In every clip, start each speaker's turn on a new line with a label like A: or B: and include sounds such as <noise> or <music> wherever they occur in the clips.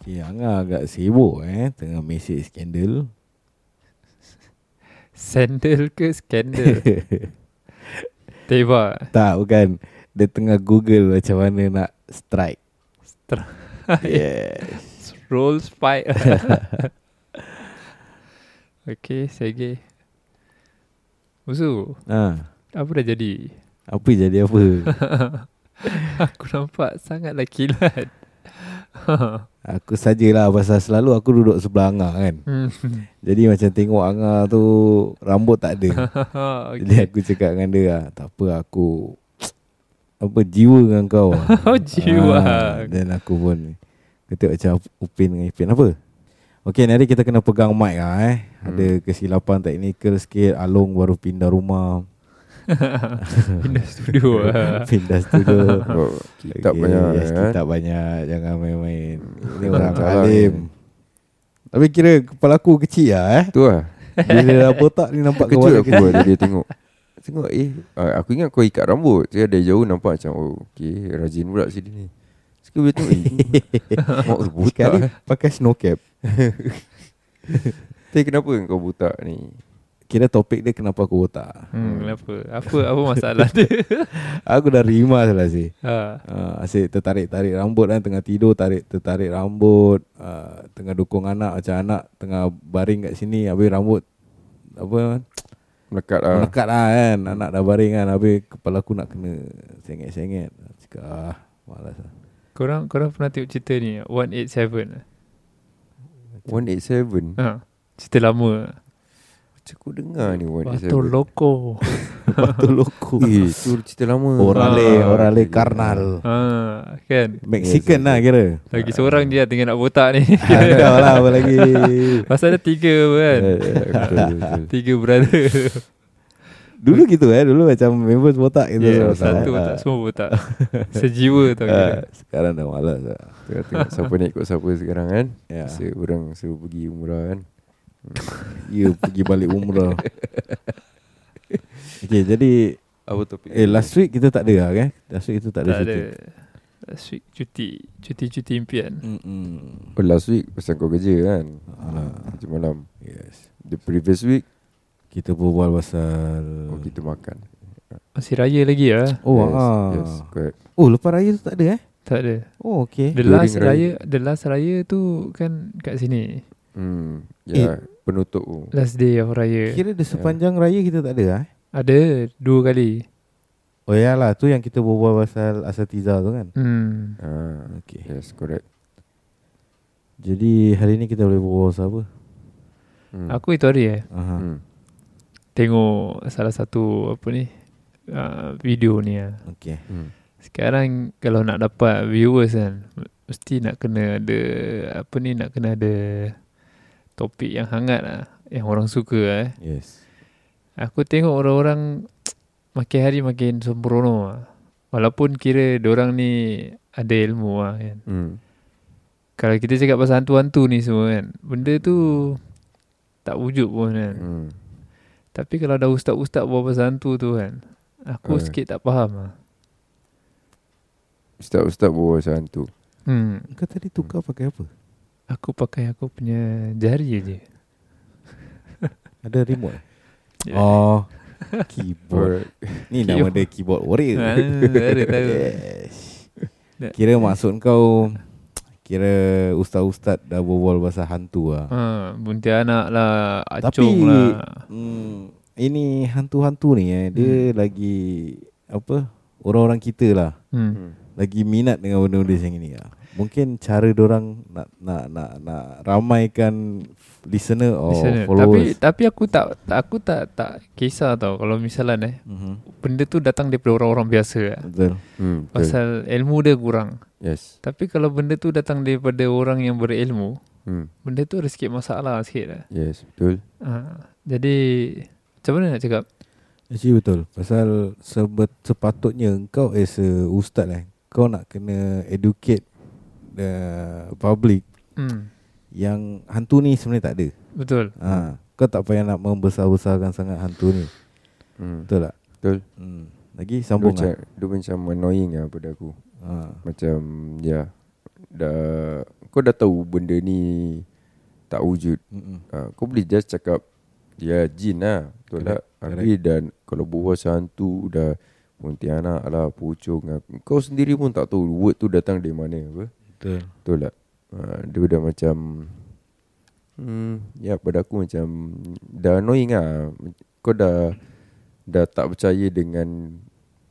A: Okay, Angah agak sibuk eh Tengah mesej skandal <laughs>
B: Sandal ke <laughs> skandal? Tebak.
A: Tak, bukan Dia tengah google macam mana nak strike <laughs> Yes
B: Roll <laughs> spike. okay, segi. Musuh,
A: ha,
B: apa dah jadi?
A: Apa jadi apa
B: Aku nampak sangatlah kilat.
A: Aku sajalah Pasal selalu aku duduk sebelah Angah kan
B: <laughs> Hmm.
A: Jadi macam tengok Angah tu Rambut tak ada
B: <laughs>
A: Jadi
B: okay.
A: aku cakap dengan dia lah, Tak apa aku Apa jiwa dengan kau ah."
B: Oh, <laughs> jiwa.
A: Dan Ah, aku pun Kita macam Upin dengan Ipin Apa? Okay nanti kita kena pegang mic lah eh hmm. Ada kesilapan teknikal sikit Along baru pindah rumah
B: <laughs> Pindah studio lah.
A: <laughs> Pindah studio
C: Oh, <laughs> kitab okay, banyak yes,
A: yes,
C: eh.
A: Kitab banyak Jangan main-main Ini orang
C: Betul lah
A: alim Tapi kira kepala aku kecil lah eh
C: Tu lah
A: Bila dah botak ni nampak
C: Kejut
A: kepala
C: aku
A: kecil
C: ada dia tengok Tengok eh ah, Aku ingat kau ikat rambut Saya dari jauh nampak macam Oh okay Rajin pula sini ni Sekali bila tengok
A: <laughs>
C: eh, Mak tu buta
A: Sekali
C: eh.
A: pakai snow cap
C: Tapi kenapa kau buta ni
A: Kira topik dia kenapa aku botak
B: Hmm, kenapa? Apa apa masalah dia? <laughs>
A: Aku dah rimas lah sih
B: ha.
A: Uh, asyik tertarik-tarik rambut kan Tengah tidur tarik tertarik rambut uh, Tengah dukung anak Macam anak tengah baring kat sini Habis rambut Apa
C: Melekat
A: uh.
B: Ah.
C: lah
A: Melekat lah kan Anak dah baring kan Habis kepala aku nak kena Sengit-sengit Cakap ah Malas lah
B: Korang, korang pernah tengok cerita ni 187
C: 187
B: ha. Cerita lama
C: Macam aku dengar ni 187
B: Batu loko
A: Batu loko
C: Eh tu cerita lama
A: Orale
C: Ah,
A: Orale
C: gila.
A: karnal
B: ha, Kan
A: Mexican lah kira
B: Lagi seorang je lah tengah nak botak <laughs> ni
A: Ada lah apa lagi
B: Pasal ada tiga apa kan
C: Ya, ya, <laughs> betul, betul.
B: Tiga brother
A: Dulu gitu eh Dulu macam members botak gitu
B: yeah,
A: Botak,
B: Satu
A: eh.
B: botak Semua
A: <laughs>
B: botak Sejiwa tau
A: Ah,
B: kira
A: Sekarang dah malas lah
C: Tengah tengok siapa nak ikut siapa sekarang kan
A: Ya.
C: Rasa orang suruh pergi umrah kan
A: Ya pergi balik umrah <laughs> Okay jadi
C: Apa topik
A: Eh last week kita tak ada lah kan Last week kita tak ada
B: Tak ada Last week cuti Cuti-cuti impian
A: Mm-mm.
C: Oh last week pasal kau kerja kan
A: Ah,
C: Kerja malam
A: Yes
C: The previous week
A: Kita berbual pasal
C: Oh kita makan
B: Masih raya lagi lah
A: Oh,
C: yes,
A: ah.
C: yes, correct.
A: Oh lepas raya tu tak ada eh
B: Tak ada
A: Oh okay
B: The
C: During
B: last
C: raya.
B: raya The last raya tu Kan kat sini
C: Hmm, ya,
A: Eh.
C: yeah, penutup tu.
B: Last day of raya
A: Kira dia sepanjang raya kita tak ada lah eh
B: Ada Dua kali
A: Oh ya lah tu yang kita berbual pasal Asatiza tu kan
B: Hmm
C: Ah,
A: Okay
C: yes, correct.
A: Jadi hari ni kita boleh berbual pasal apa
C: Hmm.
B: Aku itu hari eh
A: Aha.
C: hmm.
B: Tengok salah satu apa ni uh, video ni lah.
A: Okay
C: Hmm.
B: Sekarang kalau nak dapat viewers kan mesti nak kena ada apa ni nak kena ada topik yang hangat lah yang orang suka lah, eh.
A: Yes
B: Aku tengok orang-orang makin hari makin sembrono lah. Walaupun kira orang ni ada ilmu lah kan.
C: Hmm.
B: Kalau kita cakap pasal hantu-hantu ni semua kan, benda tu tak wujud pun kan.
C: Hmm.
B: Tapi kalau dah ustaz-ustaz buat pasal hantu tu kan Aku
C: Eh.
B: sikit tak faham lah
C: Ustaz-ustaz bawa pasal hantu.
B: hmm,
A: Kau tadi tukar pakai apa
B: Aku pakai aku punya jari je
A: Ada
B: <laughs>
A: remote eh?
B: Ya. <laughs>
A: Oh Keyboard
C: Alright.
A: Ni
B: Keyboard.
A: nama dia keyboard warrior
B: Ah, ada
A: <laughs>
B: tahu.
A: Yes.
B: Dah.
A: Kira maksud kau Kira ustaz-ustaz dah berbual pasal hantu lah
B: ha, Buntianak lah
A: Tapi-
B: Acung lah
A: hmm, Ini hantu-hantu ni eh Dia lagi Apa Orang-orang kita lah
B: hmm.
C: Hmm.
A: Lagi minat dengan benda-benda macam ni lah Mungkin cara orang nak, nak nak nak ramaikan listener or
B: Listener. Tapi
A: Oh, followers.
B: tapi aku tak tak- aku tak tak kisah tau kalau misalan eh
A: Mhm,
B: benda tu datang daripada orang-orang biasa lah.
A: Betul.
C: Hmm. betul.
B: Pasal ilmu dia kurang.
C: Yes.
B: Tapi kalau benda tu datang daripada orang yang berilmu,
C: Hmm.
B: benda tu ada sikit masalah sikit lah.
C: Yes, betul.
B: Ha, jadi macam mana nak cakap?
A: Actually betul Pasal sebet, sepatutnya kau as a ustaz eh Kau nak kena educate the public
B: Hmm,
A: Yang hantu ni sebenarnya tak ada
B: betul.
A: ha, Kau tak payah nak membesar-besarkan sangat hantu ni
C: Hmm.
A: Betul tak?
C: Betul.
A: Hmm. Lagi
C: Dia
A: sambung
C: macam,
A: lah
C: dia macam annoying lah pada aku.
A: ha.
C: Macam, ya. Dah kau dah tahu benda ni tak wujud
A: Mm-mm.
C: ha, Kau boleh just cakap Ya jin lah Betul tak Habis dan Kalau berbual hantu Dah Pontianak lah Pucung lah. Kau sendiri pun tak tahu Word tu datang dari mana apa
A: Betul
C: Betul tak ha, Dia dah macam hmm, Ya pada aku macam Dah annoying lah Kau dah Dah tak percaya dengan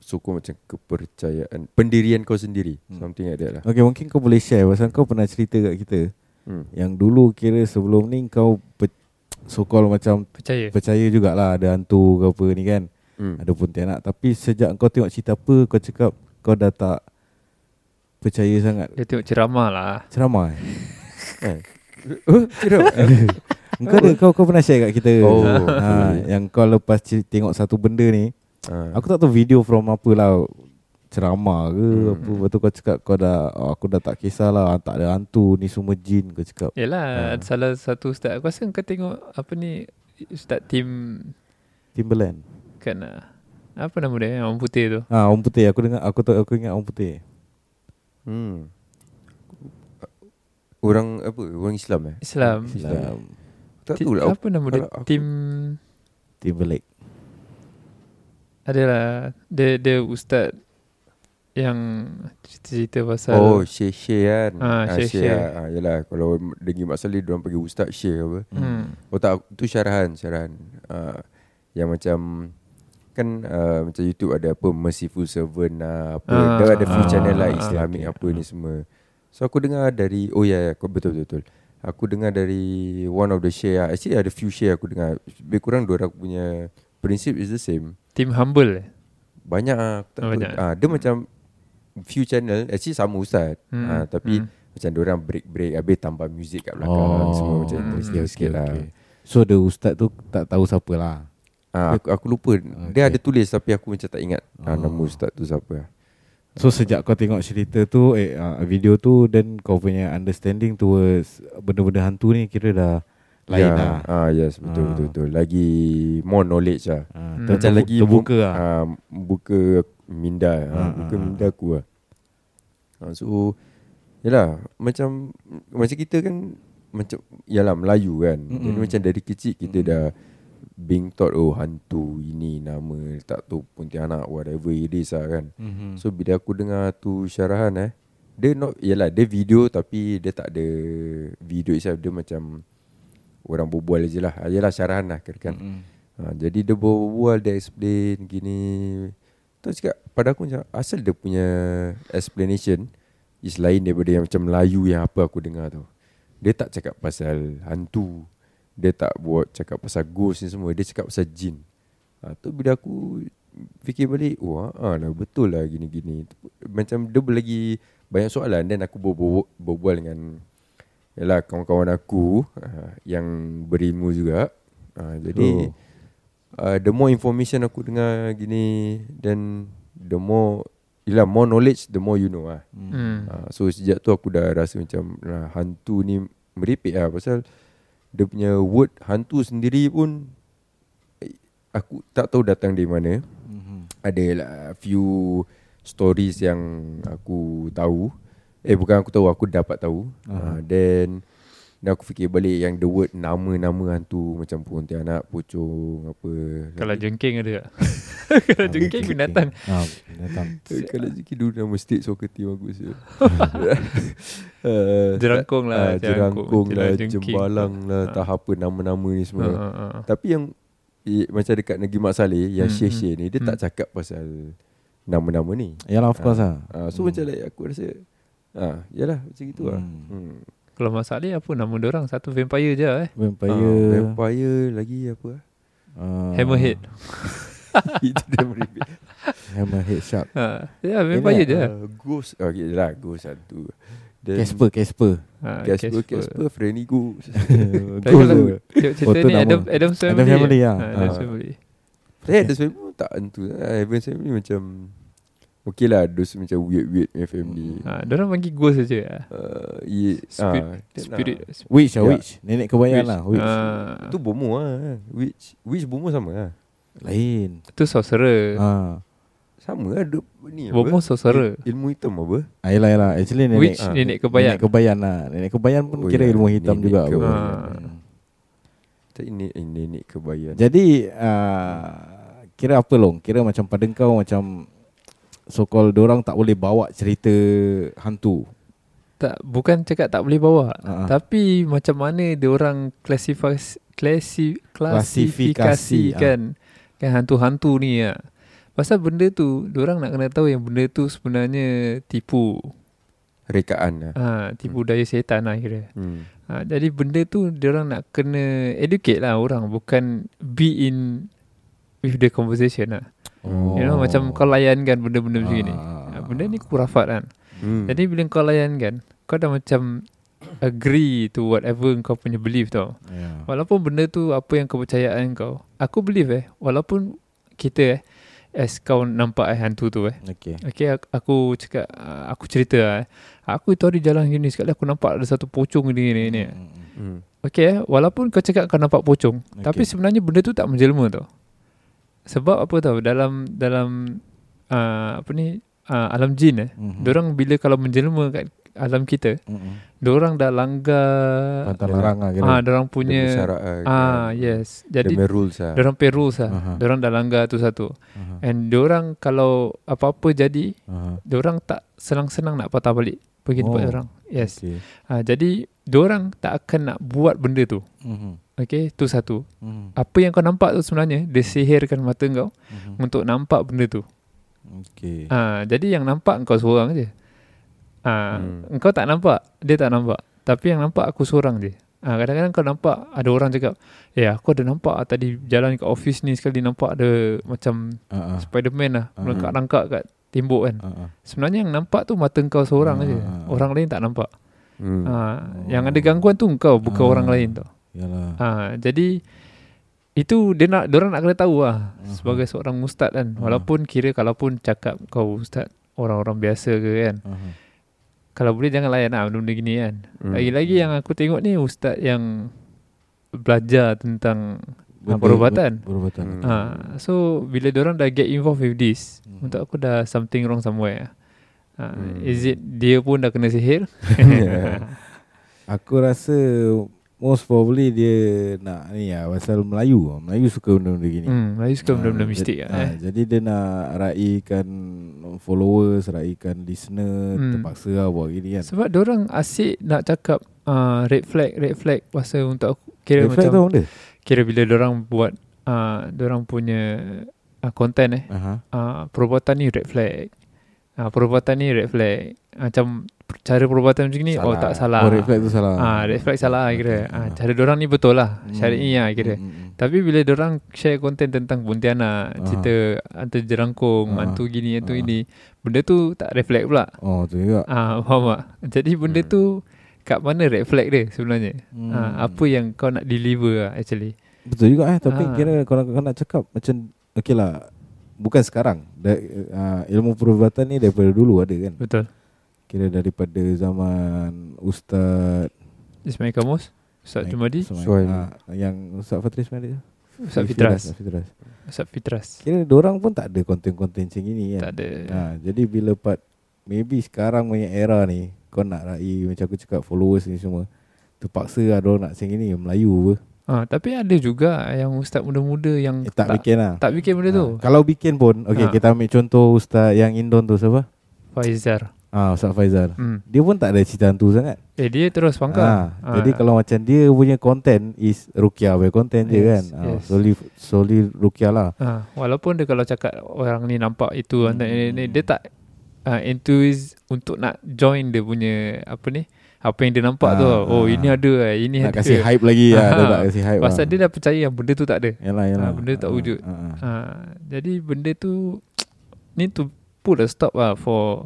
C: Sokong macam kepercayaan Pendirian kau sendiri hmm. Something like that lah
A: Okay mungkin kau boleh share Pasal kau pernah cerita kat kita
C: hmm.
A: Yang dulu kira sebelum ni Kau pe- So-called macam
B: Percaya
A: Percaya jugalah Ada hantu ke apa ni kan <laughs>
C: Hmm.
A: Ada pontianak Tapi sejak kau tengok cerita apa Kau cakap Kau dah tak Percaya sangat
B: Dia tengok ceramah lah
A: Ceramah eh
C: Eh. Oh, kira
A: Engkau ada kau, kau pernah share kat kita
C: Oh,
A: ha,
C: okay.
A: Yang kau lepas cer- tengok satu benda ni
C: ha.
A: Aku tak tahu video from apa lah Ceramah ke
C: Hmm.
A: apa Lepas tu kau cakap kau dah oh, Aku dah tak kisahlah Tak ada hantu Ni semua jin kau cakap
C: Ya.
A: Ha.
B: Yelah Salah satu ustaz Aku rasa kau tengok Apa ni Ustaz Tim
A: Timberland
B: Kan ah, Apa nama dia Yang orang putih tu
A: Ah, ha, orang putih aku dengar aku tahu aku ingat orang putih.
C: hmm. Orang apa Orang Islam eh
B: Islam
A: Islam
C: Tak
B: Ti-
C: tahu lah
B: Apa nama dia
C: kalau aku-
B: Tim
A: Timberlake.
B: Adalah Dia, dia ustaz Yang Cerita-cerita pasal
C: Oh Syekh Syekh kan
B: Ah, Syekh Syekh.
C: lah. ah, Yelah Kalau dengki masalah Dia orang panggil Ustaz Syekh apa
B: hmm.
C: Oh tak Itu syarahan Syarahan ah, Yang macam Kan ah, Macam YouTube ada apa Merciful Servant lah Apa
B: Ah,
C: Dia ada few
A: ah,
C: channel lah
B: ah,
C: Islamic
A: okay,
C: apa ni semua So aku dengar dari Oh ya yeah, Betul-betul Aku dengar dari One of the Syekh lah. Actually ada few Syekh aku dengar Lebih kurang Diorang punya Prinsip is the same
B: Tim Humble eh?
C: Banyak ah aku tak
B: Oh,
C: tahu.
B: banyak.
C: Ah dia macam few channel actually sama ustaz.
B: Hmm.
C: Hmm. Ah tapi
B: Hmm.
C: hmm. macam dia orang break-break habis tambah muzik kat belakang oh. semua macam
B: Hmm.
C: interesting okay, sikit lah. Okay.
A: So the ustaz tu tak tahu siapa lah.
C: Ah aku, aku lupa dia
A: Okay.
C: ada tulis tapi aku macam tak ingat oh. ah, nama ustaz tu siapa.
A: So sejak kau tengok cerita tu eh ah, video tu then kau punya understanding towards benda-benda hantu ni kira dah
C: Ya,
A: lain lah.
C: Ah yes betul
A: Ah.
C: betul betul. Lagi more knowledge lah.
A: Ah,
B: Hmm.
A: ter-
C: Macam
A: terbu-
C: lagi
A: terbuka
C: mem-
A: lah.
C: ah, buka minda ah,
A: Ah,
C: buka
A: ah,
C: minda aku lah. Ah, so yalah macam macam kita kan macam yalah Melayu kan. Mm-hmm. Jadi
A: Mm-mm.
C: macam dari kecil kita mm-hmm. dah being taught oh hantu ini nama tak tahu pontianak whatever it is lah kan.
A: Mhm.
C: So bila aku dengar tu syarahan eh Dia not Yalah dia video Tapi dia tak ada Video itself Dia macam Orang berbual je lah Ah, Yalah syarahan lah kira kan
A: Mm-mm.
C: ha, Jadi dia berbual Dia explain Gini Tu aku cakap Pada aku macam Asal dia punya Explanation Is lain daripada yang macam Melayu Yang apa aku dengar tu Dia tak cakap pasal Hantu Dia tak buat Cakap pasal ghost ni semua Dia cakap pasal jin ha, Tu bila aku Fikir balik Wah ah, lah, betul lah gini-gini Macam dia lagi Banyak soalan Dan aku berbual, berbual dengan Yalah kawan-kawan aku uh, Yang berilmu juga uh, Jadi
A: Oh.
C: uh, The more information aku dengar gini Then The more Yalah more knowledge The more you know lah
B: Hmm.
C: Uh, so sejak tu aku dah rasa macam nah, hantu ni merepek lah pasal dia punya word hantu sendiri pun eh, aku tak tahu datang dari mana.
A: Mhm.
C: Ada lah few stories yang aku tahu. Eh bukan aku tahu, aku dapat tahu. Uh-huh. Uh, then dan aku fikir balik yang the word nama-nama hantu macam Pontianak, Pocong, apa.
B: Kalau jengking
C: <laughs>
B: ada tak? Kalau <laughs> jengking binatang
A: Ah, binatang.
C: Eh, Kalau sikit dulu nama state soccer team aku siap. <laughs> Ah. uh,
B: Jerangkung
C: ah,
B: lah,
C: Jerangkung
B: jerangkung.
C: lah
B: Jerangking.
C: Jembalang lah
B: Ah.
C: Tak apa nama-nama ni semua
B: Ah, ah, ah.
C: Tapi yang eh, Macam dekat Negeri Mak Saleh Yang
B: Hmm,
C: Syekh-Syekh ni Dia
B: hmm.
C: tak cakap pasal Nama-nama ni
A: Yalah of course lah.
C: Ah,
B: Hmm.
C: So macam like aku rasa ah, Yalah macam gitu lah
A: Hmm.
C: hmm.
B: Kalau Mak Saleh apa nama orang Satu vampire je eh
C: Ah,
A: Vampire.
C: Vampire lagi apa <laughs> ah?
A: ah,
B: Hammerhead
C: Itu dia meripik
A: Hammerhead
C: <laughs>
A: shark.
B: ha. Ya <laughs>
A: Ini,
B: vampire je
C: Ah, Ghost Okay lah ghost satu Then-
A: Casper,
C: <laughs>
A: Casper.
C: Ah,
B: ha,
C: Casper Casper Friendly Ghost <laughs>
B: Tapi kalau
A: Ghost.
B: Tengok cerita
A: Oh, tu
B: ni
A: nama.
B: Adam, Adam Family
A: Adam Family,
B: eh?
A: ah.
B: Ah, Adam
C: Ah.
B: Family
C: Saya ada family pun tak hantu lah. Adam's family macam Okay lah Those macam weird-weird punya family
B: ha, Diorang panggil ghost je ah.
C: uh, ye,
B: Spirit,
C: ah, that
B: Spirit
C: lah.
A: Witch lah
C: Ya.
A: witch. Nenek kebayang
C: Witch.
A: lah witch.
B: Ah,
C: Tu eh. ah? bomo lah kan. Witch Witch bomo sama lah
A: Lain.
B: Tu sorcerer
A: Ah.
C: Sama lah duk, ni apa?
B: Bomoh sosara.
C: Il- Ilmu hitam apa?
A: Ah, yelah, yelah. Actually nenek
B: Which
A: ah,
B: nenek kebayan?
A: Nenek kebayan lah Nenek kebayan pun
C: Oh,
A: kira
C: ya.
A: ilmu hitam
C: Nenek
A: juga apa.
C: kebayan.
A: Hmm.
C: Tak ini eh, nenek kebayan.
A: Jadi uh, Kira apa long Kira macam pada kau macam So called Diorang tak boleh bawa cerita Hantu
B: Tak bukan cakap tak boleh bawa.
A: Ah, ah.
B: Tapi macam mana dia orang klasifikasi klasi,
A: Klasifikasi,
B: klasifikasi
A: ah.
B: kan kan hantu-hantu ni ya. Pasal benda tu dia orang nak kena tahu yang benda tu sebenarnya tipu.
C: Rekaan lah.
B: Ha, tipu daya setan lah kira.
C: Hmm.
B: Ha, jadi benda tu dia orang nak kena educate lah orang bukan be in with the conversation lah. Oh. You know macam kau layankan benda-benda macam ni. Ha, benda ni kurafat kan.
C: Hmm.
B: Jadi bila kau layankan Kau dah macam Agree to whatever kau punya belief tau
A: yeah.
B: Walaupun benda tu Apa yang kepercayaan kau Aku believe eh Walaupun Kita eh As kau nampak eh hantu tu eh
A: Okay
B: Okay aku, aku cakap uh, Aku cerita lah, eh Aku itu hari jalan gini Sekali aku nampak ada satu pocong ni ni ni
A: Mm.
C: Hmm.
B: Okay eh Walaupun kau cakap kau nampak pocong okay. Tapi
A: Okay.
B: sebenarnya benda tu tak menjelma tau Sebab apa tau Dalam Dalam uh, Apa ni uh, Alam jin eh
A: Mhm.
B: Diorang bila kalau menjelma kat alam kita,
A: Mm-mm.
B: diorang dah langgar
A: Pantang larang lah kira
B: ah
C: Dia
B: diorang
C: punya
B: punya
C: syarat lah.
B: ah yes.
C: Dia
B: Jadi
C: punya rules lah.
B: diorang pay rules lah.
A: Aha.
B: Diorang dah langgar tu satu.
A: Aha,
B: And diorang kalau apa-apa jadi,
A: aha.
B: diorang tak senang-senang nak patah balik pergi tempat
A: Oh.
B: diorang. Yes.
A: Okay.
B: Ah jadi diorang tak akan nak buat benda tu.
A: Mhm.
B: Okay, tu satu.
A: Mhm.
B: Apa yang kau nampak tu sebenarnya dia sihirkan mata kau
A: Mhm.
B: untuk nampak benda tu.
A: Okay.
B: Ah, jadi yang nampak kau seorang je. Ah,
C: Hmm.
B: hmm. engkau tak nampak, dia tak nampak. Tapi yang nampak aku seorang je. Ah, kadang-kadang kau nampak ada orang cakap, "Eh, aku ada nampak ah, tadi jalan kat office ni sekali nampak ada macam
A: Ah, ah.
B: Spiderman lah
A: Ah.
B: melangkak-langkak kat tembok kan."
A: Ah, ah.
B: Sebenarnya yang nampak tu mata kau seorang
A: Ah.
B: je. Orang lain tak nampak.
C: Hmm.
B: Ah,
A: Oh.
B: yang ada gangguan tu kau, bukan
A: Ah.
B: orang lain tau.
A: Yalah.
B: Ah, jadi itu dia nak dia nak kena tahu lah
A: Aha.
B: sebagai seorang ustaz kan.
A: Aha.
B: Walaupun kira kalaupun cakap kau ustaz orang-orang biasa ke kan.
A: Aha.
B: Kalau boleh jangan layan lah benda-benda gini kan.
A: Mhm.
C: Hmm.
B: Lagi-lagi yang aku tengok ni ustaz yang belajar tentang
A: Benda-
B: perubatan.
A: ber- Perubatan.
C: Hmm.
B: ah so bila orang dah get involved with this
A: Mhm.
B: untuk aku dah something wrong somewhere. Ah,
C: Hmm.
B: is it dia pun dah kena sihir?
A: <laughs> Ya. Aku rasa most probably dia nak ni lah pasal Melayu. Melayu suka benda-benda gini.
B: hmm, Melayu suka benda-benda
A: Ah,
B: mistik
A: jadi,
B: lah,
A: ah,
B: eh.
A: Jadi dia nak raikan followers, raikan listener,
B: Hmm.
A: terpaksa lah buat gini kan.
B: Sebab orang asyik nak cakap ah, red flag, red flag pasal untuk aku kira
A: Reflect
B: macam
A: tahu dia?
B: kira bila orang buat ah, orang punya ah, content eh
A: Aha.
B: uh, perbuatan ni red flag. Uh, perbuatan ni red flag. Ah, Macam cara perbuatan macam ni, salah. oh
C: Salah.
B: tak salah.
A: Oh, reflect tu salah.
B: Ah, red flag salah kira. Ah, cara diorang ni betul lah. Syari'i lah kira.
A: Hmm, hmm,
B: Tapi bila diorang share konten tentang
A: Ah.
B: Pontianak, cerita hantu jerangkung,
A: Ah.
B: hantu gini, hantu
A: Ah.
B: ini, benda tu tak red flag pula.
A: hmm. Oh, tu juga.
B: Ah, faham tak? Jadi benda
C: Hmm.
B: tu kat mana red flag dia sebenarnya?
A: Hmm.
B: Ah, apa yang kau nak deliver lah actually.
A: Betul juga eh Tapi
B: Ah.
A: kira kalau kau nak cakap Macam Okay lah Bukan sekarang da, uh, Ilmu perubatan ni daripada dulu ada kan
B: Betul.
A: Kira daripada zaman Ustaz
B: Ismail Kamus, Ustaz Jumadi,
A: Suhail
C: Suhail.
A: uh, Yang Ustaz Fatri Ismail
B: Ustaz Fitras,
A: Ustaz Fitras
B: Ustaz Fitras.
A: Kira dorang pun tak ada konten-konten macam ni
B: Tak
A: kan
B: ada.
A: ha, Jadi bila part Maybe sekarang punya era ni Kau nak rai Macam aku cakap followers ni semua Terpaksa lah dorang nak macam ni Melayu apa
B: Ha, tapi ada juga yang ustaz muda-muda yang
A: eh, Tak bikin lah
B: Hmm, tak bikin benda tu.
A: Ha, Kalau bikin pun Okay
B: Ah.
A: kita ambil contoh Ustaz yang Indon tu siapa
B: Faizar.
A: Ah, Ustaz Faizal.
B: Hmm.
A: Dia pun tak ada cerita hantu sangat.
B: Eh dia terus
A: Ah,
B: pangkal.
A: Jadi kalau macam dia punya content is Rukia punya content je
B: Yes,
A: kan. Ah,
B: yes.
A: solely solely Rukia lah.
B: ha, walaupun dia kalau cakap orang ni nampak itu hmm. ni, ni dia tak uh, enthuse untuk nak join dia punya apa ni? Apa yang dia nampak
A: Ah,
B: tu.
A: ah.
B: Oh ini ada eh, ini
A: Nak
B: ada.
A: kasih hype lagi lah. Dia
B: Ah.
A: tak kasih hype.
B: Pasal
A: lah.
B: dia dah percaya yang benda tu tak ada.
A: Yalah, yalah.
B: Ah, benda tak
A: Ah,
B: wujud.
A: ah, ah.
B: Ha, jadi benda tu need to put a stop lah for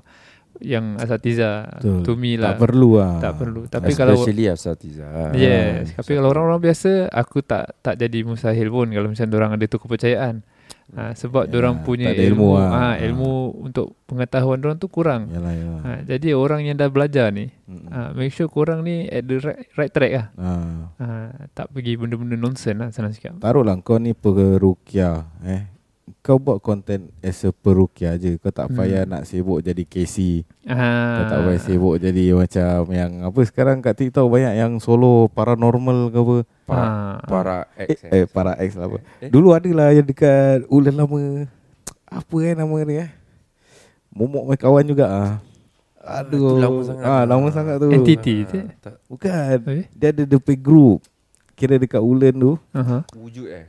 B: yang asatiza
A: Betul.
B: to me lah.
A: Tak perlu lah.
B: tak perlu.
C: Tapi
B: Tapi kalau
C: Especially Asatiza.
B: Yes,
A: Ah,
B: tapi kalau orang-orang biasa aku tak tak jadi mustahil pun kalau macam orang ada tu kepercayaan. Ha, sebab
A: Yalah,
B: orang punya
A: tak ada ilmu
B: ilmu,
A: lah.
B: ha,
A: Ha.
B: ilmu untuk pengetahuan orang tu kurang.
A: Yalah, yalah.
B: Ha, jadi orang yang dah belajar ni,
A: Mm, mm.
B: ha, make sure korang ni at the right, right track lah.
A: Ah.
B: Ha, tak pergi benda-benda nonsense lah senang cakap.
A: Taruhlah kau ni perukia eh. kau buat content as a perukia je. Kau tak payah
B: Hmm.
A: nak sibuk jadi KC. Kau
B: Ah.
A: tak payah sibuk jadi macam yang apa sekarang kat TikTok banyak yang solo paranormal ke apa.
C: Para,
B: Ah.
C: para X
A: Eh, eh para X lah apa.
C: Eh?
A: Dulu ada lah yang dekat ulan lama. Apa eh nama dia eh? Momok my kawan juga ah. Aduh.
C: itu lama sangat.
A: Ah, lama sangat tu.
B: Anti- entity, is it?
C: tak,
A: Bukan.
B: Habis?
A: Dia ada the pay group. Kira dekat ulan tu.
B: Aha.
C: wujud eh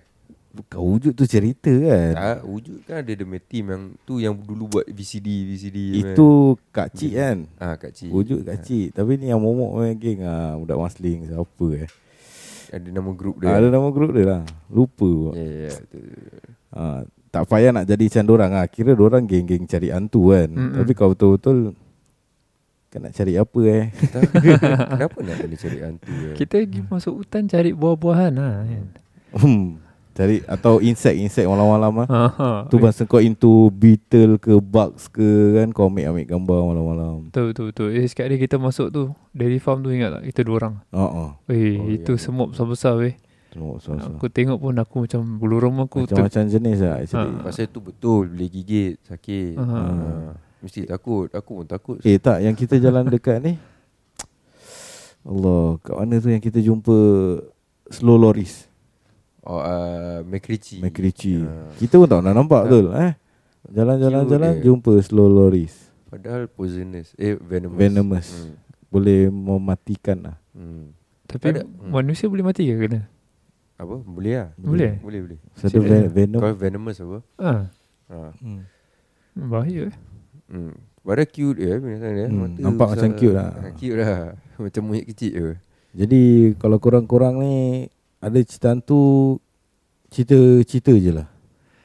A: Bukan wujud tu cerita kan.
C: tak wujud kan ada demi team yang tu yang dulu buat VCD VCD
A: Itu kak cik kan.
C: kan. ah kak cik
A: Wujud kak cik. Tapi ni yang momok my geng ah budak masling siapa eh.
C: ada nama grup dia
A: Ah, ada nama group dia lah. Lupa. pula.
C: ya ya tu
A: Ha, tak payah nak jadi macam dorang ah. Kira dorang geng-geng cari hantu kan.
B: Mm-mm.
A: Mm-mm. Tapi kau betul-betul kau nak cari apa eh? <laughs>
C: Tak. kenapa nak kena cari hantu eh?
B: Kita pergi masuk hutan cari buah-buahan lah kan.
A: Hmm. cari atau insect-insect malam-malam ah.
B: Aha.
A: Tu masa kau into beetle ke bugs ke kan kau ambil ambil gambar malam-malam.
B: Betul betul betul. Eh sekali kita masuk tu dairy farm tu ingat tak kita dua orang.
A: Ha ah.
B: Eh
C: Oh,
B: oh, itu
C: ya.
B: semut besar-besar weh.
A: Tengok suasana.
B: Aku tengok pun aku macam bulu roma aku ter-
A: Macam-macam jenis lah
C: Ah.
A: actually.
B: Ha.
C: Eh, pasal tu betul boleh gigit sakit
B: Aha.
C: Ah, mesti takut aku pun takut
A: Eh tak yang kita jalan dekat ni. Allah, kat mana tu yang kita jumpa slow loris,
C: oh uh, McRitchie
A: MacRitchie.
C: Ah.
A: Kita pun tak pernah nampak
C: Tak.
A: betul eh. Jalan-jalan-jalan
C: dia.
A: jumpa slow loris.
C: padahal poisonous eh venomous
A: Venomous.
C: hmm.
A: boleh mematikan lah.
C: Hmm.
B: Tapi
C: Ada. Hmm.
B: manusia boleh mati ke kena?
C: apa boleh lah
B: Boleh.
C: boleh boleh
A: Satu ven-
B: Serious?
A: venom.
C: eh. kau venomous apa
B: Ah.
C: ha
A: Hmm.
B: Bahaya eh.
C: Hmm. Padahal cute je binatang dia.
A: Hmm,
C: Mata
A: nampak
C: besar.
A: macam cute lah.
C: Ah, Cute lah. <laughs> macam monyet kecil je.
A: Jadi kalau korang-korang ni ada cerita hantu cerita-cerita je lah.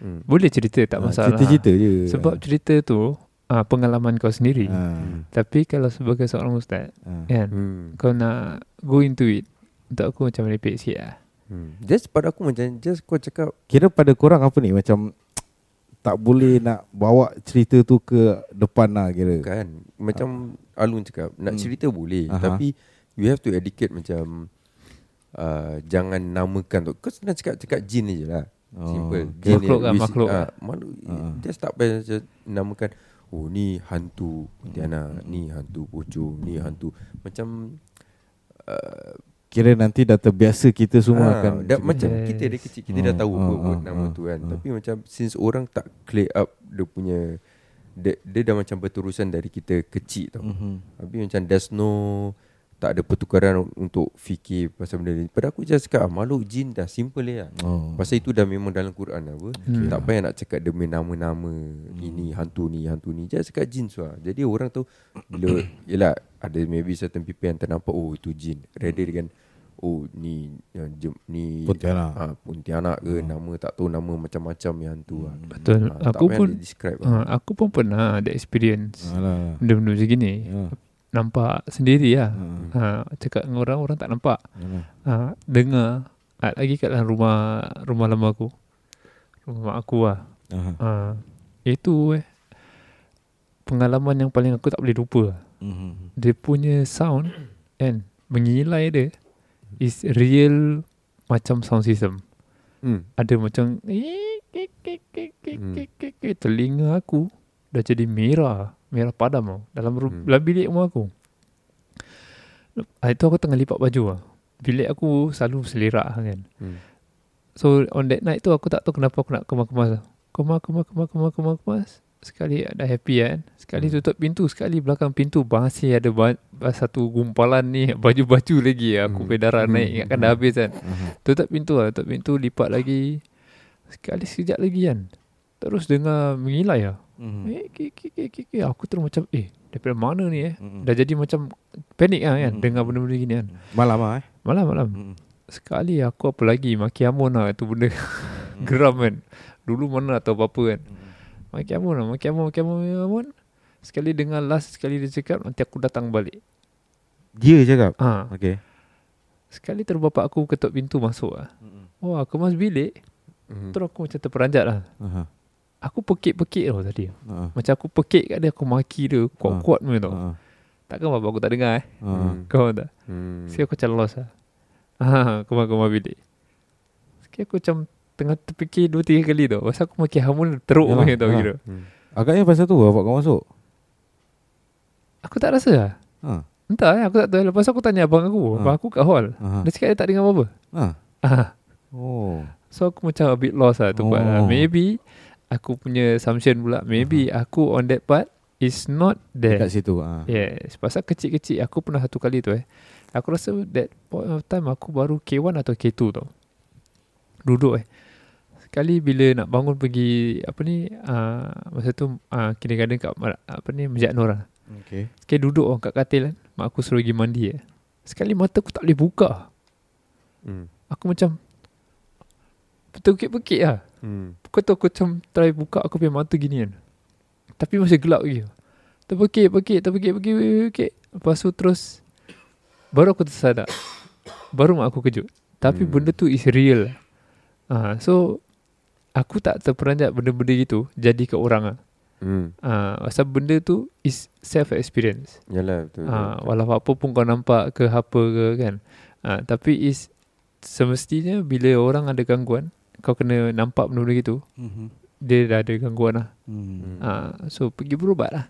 C: Hmm.
B: Boleh cerita tak
A: Ah,
B: masalah.
A: Cerita-cerita je.
B: Sebab cerita tu ah, pengalaman kau sendiri.
A: ha.
B: Tapi kalau sebagai seorang ustaz
A: Ha.
B: kan
C: Hmm.
B: kau nak go into it untuk aku macam merepek sikit lah.
C: hmm. Just pada aku macam just kau cakap
A: Kira pada korang apa ni macam tak boleh nak bawa cerita tu ke depan lah kira.
C: kan macam Alun cakap nak
A: Hmm.
C: cerita boleh
A: Aha.
C: tapi you have to educate macam uh, jangan namakan tu. Kau senang cakap cakap jin je lah. Simple.
A: Oh, okay.
C: Jin
B: Makhluk
C: je.
B: lah,
C: You see-
B: makhluk
C: ah,
B: lah.
C: makhluk.
A: Ah.
C: Just tak payah macam namakan oh ni hantu Pontianak,
A: Hmm.
C: ni hantu pocong, ni hantu. Macam uh,
A: Kira nanti dah terbiasa kita semua
C: ah,
A: akan.
C: dah,
A: cerita.
C: macam
B: Yes.
C: kita dari kecil kita dah
A: Ah,
C: tahu
A: ah,
C: apa
A: ah,
C: nama
A: ah,
C: tu kan
A: ah.
C: tapi macam since orang tak clear up dia punya dia, dia dah macam berterusan dari kita kecil tau
A: Mhm.
C: habis macam there's no tak ada pertukaran untuk fikir pasal benda ni pada aku just cakap ah, makhluk jin dah simple je lah
A: Oh.
C: Pasal itu dah memang dalam Quran lah apa.
B: Hmm.
C: Tak payah nak cakap demi nama-nama hmm. ini hantu ni hantu ni. Just cakap jin suah. Jadi orang tu bila <coughs> yalah ada maybe certain people yang ternampak oh itu jin. Rather dengan oh ni yang jem, ni
A: Pontianak.
C: Ha, Pontianak ke nama tak tahu nama macam-macam yang hantu lah. Ha,
B: Betul. Hmm. aku
C: tak payah
B: pun
C: nak describe. lah.
B: ah, aku pun pernah ada experience
A: Alah. alah.
B: benda-benda macam gini.
A: Ya.
B: Nampak sendiri lah.
A: Hmm.
B: Ha, cakap dengan orang, orang tak nampak.
A: Alah.
B: Ha, dengar. Ha, lagi kat dalam rumah rumah lama aku. Rumah mak aku lah.
A: Aha.
B: Ha, itu eh. Pengalaman yang paling aku tak boleh lupa.
A: Mhm.
B: Dia punya sound kan. Mengilai dia. Is real macam sound system.
C: Hmm.
B: Ada macam "Eh, hmm. telinga aku dah jadi merah. Merah padam tau. Dalam, ru-
C: Hmm.
B: dalam bilik rumah aku. Ah, Itu aku tengah lipat baju lah. Bilik aku selalu selerak lah kan.
C: Hmm.
B: So on that night tu aku tak tahu kenapa aku nak kemas-kemas lah. Kemas, kemas, kemas, kemas, kemas, kemas. Sekali dah happy kan. Sekali
C: Hmm.
B: tutup pintu. Sekali belakang pintu masih ada ba- satu gumpalan ni. <laughs> Baju-baju lagi aku
C: Hmm.
B: berdarah
C: Hmm.
B: naik. Ingatkan dah habis kan.
A: Aha.
B: Tutup pintu lah Tutup pintu Lipat lagi Sekali sekejap lagi kan Terus dengar Mengilai lah
A: Mhm.
B: hmm. eh, ki, ki, ki, ki, ki. Aku terus macam Eh daripada mana ni eh
A: Mhm.
B: Dah jadi macam Panik lah kan
A: Hmm.
B: Dengar benda-benda gini kan
A: Malam ah eh.
B: Malam malam
A: Mhm.
B: Sekali aku apa lagi Maki Amun lah Itu
A: Hmm.
B: benda <laughs> Geram kan Dulu mana atau apa-apa kan
A: hmm.
B: Maki Amun lah Maki Amun Maki Amun Maki Amun Sekali dengar last Sekali dia cakap Nanti aku datang balik
A: Dia cakap.
B: ha.
A: Okey.
B: Sekali terus bapak aku ketuk pintu masuk lah Wah kemas bilik
C: Hmm.
B: Terus aku macam terperanjat lah
A: Aha.
B: Aku pekik-pekik tau tadi
A: Aha.
B: Macam aku pekik kat dia Aku maki dia
A: Ah.
B: Kuat-kuat punya tau
A: Aha.
B: Takkan bapak aku tak dengar eh
A: Aha.
C: Hmm.
B: Kau faham tak
C: Hmm.
B: Ah, Sekali aku macam lost lah ah, Kemar-kemar bilik Sekali aku macam tengah terfikir dua tiga kali tau. Pasal aku makin hamun teruk
A: Yalah,
B: punya tau
A: yalah.
B: kira.
C: Hmm.
A: Agaknya pasal tu bapak kau masuk.
B: Aku tak rasa lah.
A: Ha.
B: Entah eh, aku tak tahu. Lepas tu aku tanya abang aku. Abang
A: Ha.
B: aku kat hall.
A: Ha.
B: Dia cakap dia tak dengar apa-apa.
A: Ha.
B: Ah.
A: Oh.
B: So aku macam a bit lost lah tu oh. part lah.
A: Oh.
B: Maybe aku punya assumption pula. Maybe aku on that part is not there.
A: Dekat situ. Ha.
B: Yes. Pasal kecil-kecil aku pernah satu kali tu eh. Aku rasa that point of time aku baru K1 atau K2 tau. Duduk eh. Sekali bila nak bangun pergi apa ni uh, masa tu uh, kindergarten kat Mar- apa ni Masjid Nur lah.
A: Okay.
B: Sekali duduk orang kat katil kan. Mak aku suruh pergi mandi eh. Sekali mata aku tak boleh buka.
C: Hmm.
B: Aku macam terkekit-kekit lah.
C: Hmm.
B: Kau tahu aku macam try buka aku punya mata gini kan. Tapi masih gelap lagi. Terpekit, pekit, terpekit, pekit, pekit, pekit. Lepas tu terus baru aku tersadar. Baru mak aku kejut. Tapi
C: Hmm.
B: hmm. benda tu is real. Ha, so aku tak terperanjat benda-benda gitu jadi ke orang ah.
C: Hmm.
B: Ha, pasal benda tu is self experience.
C: Yalah betul.
B: Ha,
C: Hmm, betul.
B: walau apa pun kau nampak ke apa ke kan. Ha, tapi is semestinya bila orang ada gangguan kau kena nampak benda-benda gitu
A: Mhm.
B: dia dah ada gangguan lah.
C: Mhm. Mm.
A: Hmm.
B: Ha, so pergi berubat lah.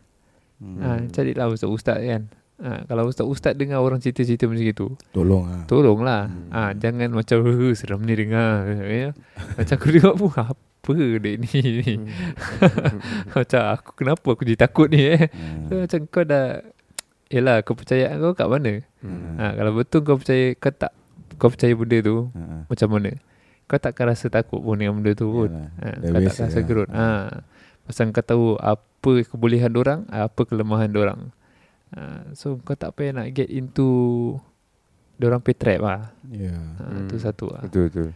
A: Hmm.
B: Ha, carilah ustaz-ustaz kan. Ha, kalau ustaz-ustaz dengar orang cerita-cerita macam itu,
A: Tolong ah.
B: tolonglah.
C: Hmm.
B: Ha, jangan macam "Huh, seram ni dengar. Ya. Macam aku tengok pun apa dek ni. ni?" <laughs> macam aku kenapa aku jadi takut ni eh. So, macam kau dah Yelah kepercayaan kau kat mana
C: Hmm.
B: ha, Kalau betul kau percaya Kau tak Kau percaya benda tu
A: Ah,
B: Macam mana Kau takkan rasa takut pun Dengan benda tu pun
A: Dah
B: Ha, kau
A: biasa
B: tak rasa
A: lah.
B: gerut. Ha. Pasal kau tahu apa kebolehan orang, apa kelemahan orang. Ha. So kau tak payah nak get into orang pay trap lah.
A: Ya.
B: Ha,
C: Hmm.
B: Tu satu lah.
C: Betul betul.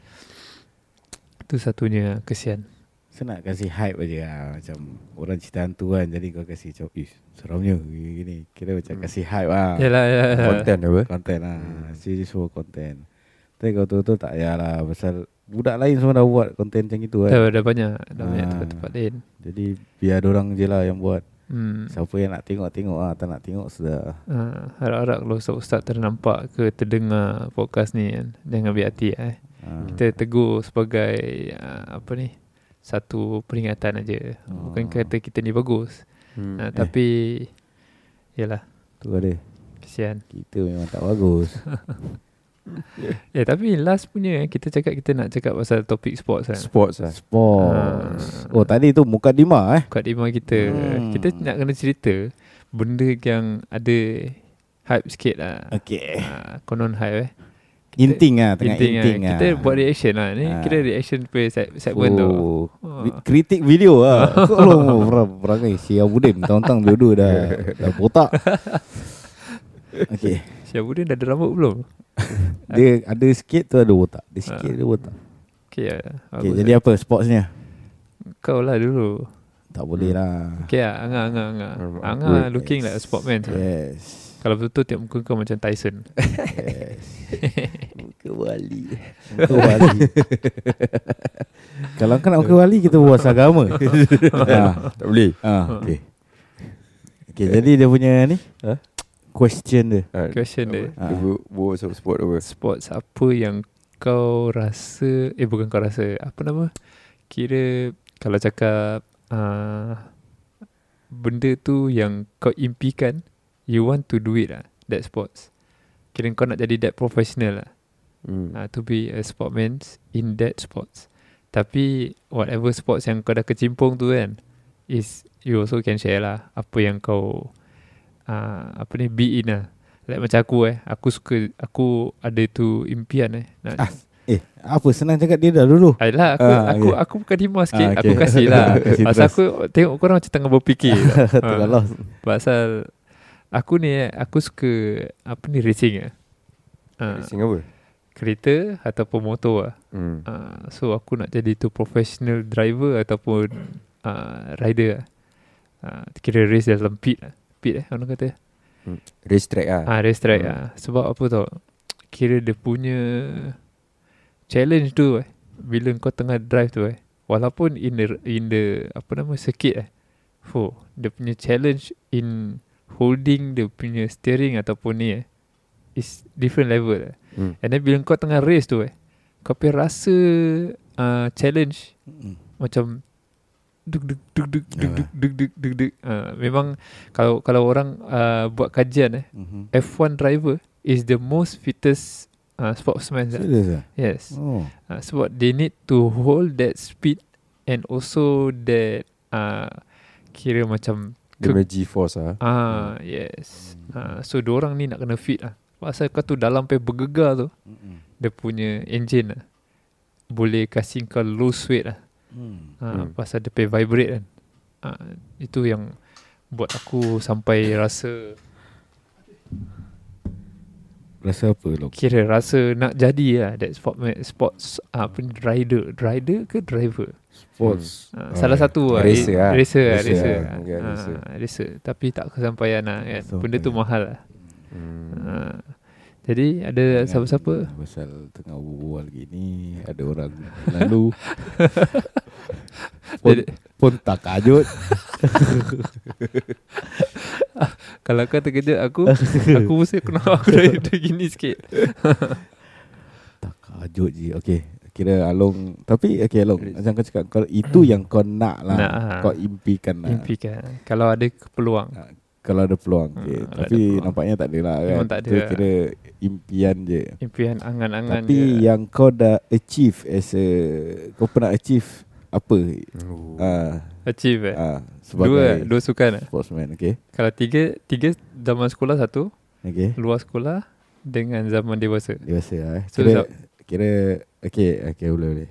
B: Tu satunya kesian.
A: Saya nak kasih hype aja lah. Macam orang cerita hantu kan. Jadi kau kasih macam, ish, seramnya gini, gini. Kira macam
C: Hmm.
A: kasih hype lah.
B: Yalah, yalah. yalah.
C: Content apa?
A: Konten lah.
C: Hmm.
A: Saya just for konten. Tapi kau betul-betul tak payahlah. Pasal budak lain semua dah buat konten macam itu kan.
B: Dah, dah banyak. Dah banyak
A: Ha.
B: tempat-tempat lain.
A: Jadi biar orang je lah yang buat.
B: Hmm.
A: Siapa yang nak tengok, tengok lah. Tak nak tengok, sudah.
B: Ha, harap-harap kalau ustaz-ustaz ternampak ke terdengar podcast ni kan. Jangan ambil hati lah, eh.
A: Ha.
B: Kita tegur sebagai uh, apa ni? Satu peringatan aja. Bukan
A: Oh.
B: kata kita ni bagus.
C: Hmm.
B: Nah, Ah, tapi Yalah
A: Tu ada.
B: Kesian
A: Kita memang tak bagus.
B: Eh tapi last punya eh, Kita cakap Kita nak cakap pasal topik sports kan
C: Sports lah.
A: Sports. Oh tadi tu mukadimah eh.
B: Kat lima kita
A: Hmm.
B: hmm. Kita nak kena cerita Benda yang ada Hype sikit lah
A: Okey.
B: ha, Konon hype eh
A: Inting ah, tengah inting,
B: Inting
A: ah.
B: Kita buat reaction lah Ni
A: Ah.
B: kira reaction punya se- segment tu Oh.
A: Vi- Kritik video
B: <laughs>
A: lah Kalau berang, berangai Si Abudin Tentang dua-dua
B: <laughs>
A: dah Dah botak Okay
B: Syabudin dah ada rambut belum?
A: Dia ada sikit tu ada botak Dia
B: Ah,
A: sikit ada botak
B: Okay lah
A: Okay jadi apa sportsnya
B: Kau lah dulu
A: Tak boleh lah
B: Okay lah Angah Angah Angah
C: Hmm,
B: Angah
A: awkward.
B: Ah, looking like a sportman yeah.
A: Yes
B: Kalau betul-betul tiap muka kau macam Tyson
A: Yes
C: Muka wali.
A: Muka wali
B: <laughs>
A: Kalau kau nak muka wali Kita buat
B: <laughs>
A: agama ha.
C: Tak boleh.
A: ha. Okay Okay jadi dia punya ni
C: Ha?
A: Question dia
C: Ha,
B: Question dia
C: Dia bu- bawa pasal sport apa?
B: sports apa yang kau rasa eh bukan kau rasa apa nama kira kalau cakap uh, benda tu yang kau impikan you want to do it lah that sports kira kau nak jadi that professional lah
C: Hmm.
B: uh, to be a sportman in that sports tapi whatever sports yang kau dah kecimpung tu kan is you also can share lah apa yang kau uh, apa ni be in lah like macam aku eh aku suka aku ada tu impian eh nak
A: Ah, Eh apa senang cakap dia dah dulu
B: Ayolah aku,
A: Ah,
B: ah, aku,
A: okay.
B: aku bukan timah sikit
A: Ah,
B: ah,
A: okay.
B: okay. Aku kasih lah
A: <laughs> Kasih
B: Pasal
A: trust.
B: aku tengok korang macam tengah berfikir
A: <laughs>
B: lah.
A: Tengah
B: <laughs> Ah,
A: lost
B: Pasal aku ni eh, aku suka apa ni racing eh. Ah,
C: Racing apa?
B: kereta ataupun motor lah.
C: Hmm.
B: Uh, so aku nak jadi tu professional driver ataupun uh, rider lah. Uh, kira race dalam pit lah. Pit eh orang kata.
C: Race track lah.
B: Ah, race track
C: Hmm.
B: ah. Sebab apa tau? Kira dia punya challenge tu eh. Bila kau tengah drive tu eh. Walaupun in the in the apa nama circuit eh. Oh, dia punya challenge in holding dia punya steering ataupun ni eh is different level. Eh.
C: Hmm.
B: And then bila kau tengah race tu eh, kau punya rasa uh, challenge
A: Mm.
B: macam duk duk duk duk duk duk duk duk duk duk uh, memang kalau kalau orang uh, buat kajian eh
A: Mhm.
B: F1 driver is the most fittest uh, sportsman lah.
A: Serius ah?
B: yes
A: Oh.
B: uh, sebab they need to hold that speed and also that uh, kira macam
C: Dia punya G-Force lah
B: ah yes uh, so orang ni nak kena fit lah pasal kau tu dalam pe bergegar tu
A: Mm-mm.
B: dia punya engine lah boleh kasi kau lose weight lah
A: Hmm.
B: ha,
C: Hmm.
B: hmm. pasal dia pay vibrate kan ha, itu yang buat aku sampai rasa
A: Rasa apa log?
B: kira rasa nak jadi lah that sport sports ah, apa ni, rider rider ke driver
A: Sports.
B: ha, salah satu lah
C: Oh, Racer
B: Eh,
C: lah.
B: racer lah
C: Racer
B: racer
C: lah. Okay, racer.
B: ha, racer tapi tak kesampaian lah kan
A: Sampai.
B: benda tu mahal lah
C: hmm.
B: ha, jadi ada siapa-siapa
A: Pasal tengah berbual gini Ada orang
B: <laughs>
A: lalu pun,
B: Jadi-
A: pun tak kajut
B: kalau kau terkejut
C: <laughs>
B: aku aku mesti kena <laughs> aku rider gini sikit
A: Tak kajut je Okay Kira Along Tapi okay Along Macam kau cakap kau, Itu yang kau nak lah
B: Hmm. Nak, ah.
A: Kau impikan lah
B: impikan kan? kalau ada peluang
A: Ah, Kalau ada peluang
B: Hmm,
A: okay.
B: kalau ada
A: Tapi
B: peluang.
A: nampaknya tak ada lah kan
B: Memang tak ada
A: Itu
B: lah.
A: kira impian je
B: impian angan-angan
A: Tapi ya,
B: je.
A: yang kau dah achieve as a Kau pernah achieve Apa
C: Oh.
A: Ah,
B: achieve eh.
A: ah,
B: Dua
A: Sebagai
B: Dua sukan eh?
A: Sportsman Okay
B: Kalau tiga Tiga zaman sekolah satu
A: Okay
B: Luar sekolah Dengan zaman dewasa
A: Dewasa lah eh.
B: So,
A: Kira
B: Zab-
A: Kira Okay Okay boleh boleh